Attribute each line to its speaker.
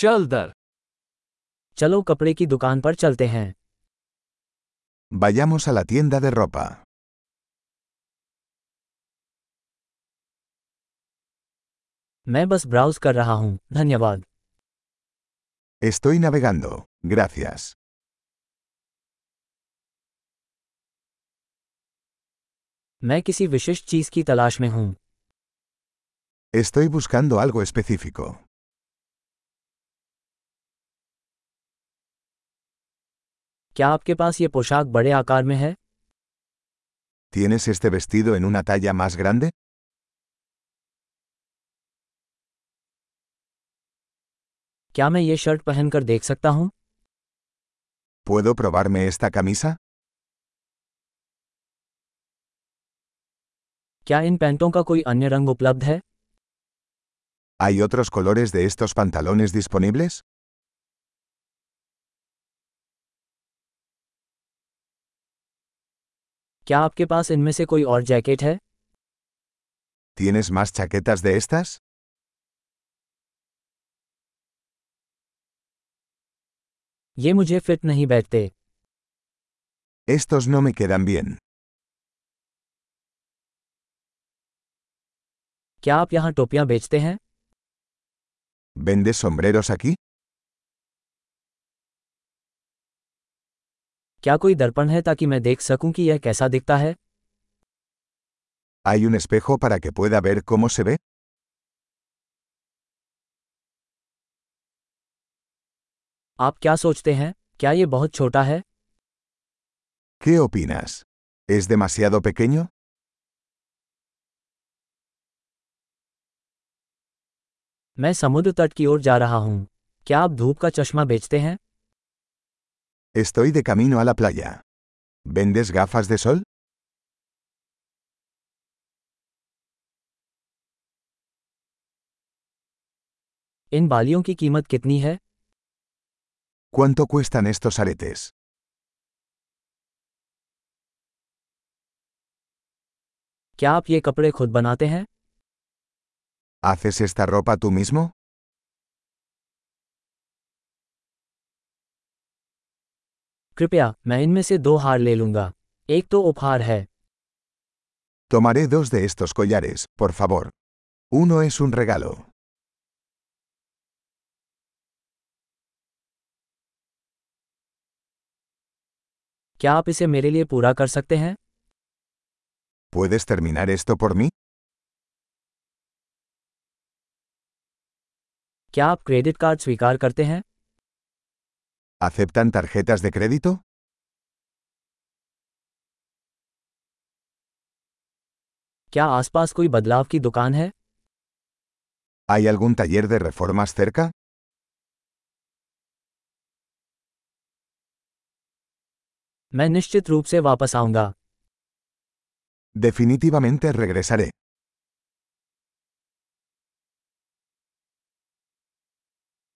Speaker 1: चल दर
Speaker 2: चलो कपड़े की दुकान पर चलते हैं
Speaker 3: Vayamos a la tienda de ropa.
Speaker 2: मैं बस ब्राउज कर रहा हूँ धन्यवाद
Speaker 3: Estoy navegando, gracias.
Speaker 2: मैं किसी विशिष्ट चीज़ की तलाश में हूँ
Speaker 3: Estoy buscando algo específico.
Speaker 2: क्या आपके पास ये पोशाक बड़े आकार में है
Speaker 3: ¿Tienes este vestido en una talla más grande?
Speaker 2: क्या मैं ये शर्ट पहनकर देख सकता हूँ
Speaker 3: ¿Puedo probarme esta camisa?
Speaker 2: क्या इन पैंटों का कोई अन्य रंग उपलब्ध है
Speaker 3: ¿Hay otros colores de estos pantalones disponibles?
Speaker 2: क्या आपके पास इनमें से कोई और जैकेट है
Speaker 3: ¿Tienes más chaquetas de estas?
Speaker 2: ये मुझे फिट नहीं बैठते
Speaker 3: Estos no me quedan bien.
Speaker 2: क्या आप यहाँ टोपियाँ बेचते हैं
Speaker 3: ¿Vendes sombreros aquí?
Speaker 2: क्या कोई दर्पण है ताकि मैं देख सकूं कि यह कैसा दिखता है
Speaker 3: ¿Hay un espejo para que pueda ver cómo se ve?
Speaker 2: आप क्या सोचते हैं क्या ये बहुत छोटा है
Speaker 3: ¿Qué opinas? ¿Es demasiado pequeño?
Speaker 2: मैं समुद्र तट की ओर जा रहा हूँ क्या आप धूप का चश्मा बेचते हैं
Speaker 3: Estoy de camino a la playa. ¿Vendes gafas de sol?
Speaker 2: इन बालियों की कीमत कितनी है
Speaker 3: ¿Cuánto cuestan estos aretes?
Speaker 2: क्या आप ये कपड़े खुद बनाते हैं
Speaker 3: ¿Haces esta ropa tú mismo?
Speaker 2: कृपया मैं इनमें से दो हार ले लूंगा एक तो उपहार है
Speaker 3: Tomaré dos de estos collares, por favor. Uno es un regalo.
Speaker 2: क्या आप इसे मेरे लिए पूरा कर सकते हैं
Speaker 3: ¿Puedes terminar esto por mí?
Speaker 2: क्या आप क्रेडिट कार्ड स्वीकार करते हैं
Speaker 3: ¿Aceptan tarjetas de crédito?
Speaker 2: क्या आसपास कोई बदलाव की दुकान है
Speaker 3: ¿Hay algún taller de reformas cerca?
Speaker 2: मैं निश्चित रूप से वापस आऊंगा
Speaker 3: Definitivamente regresaré.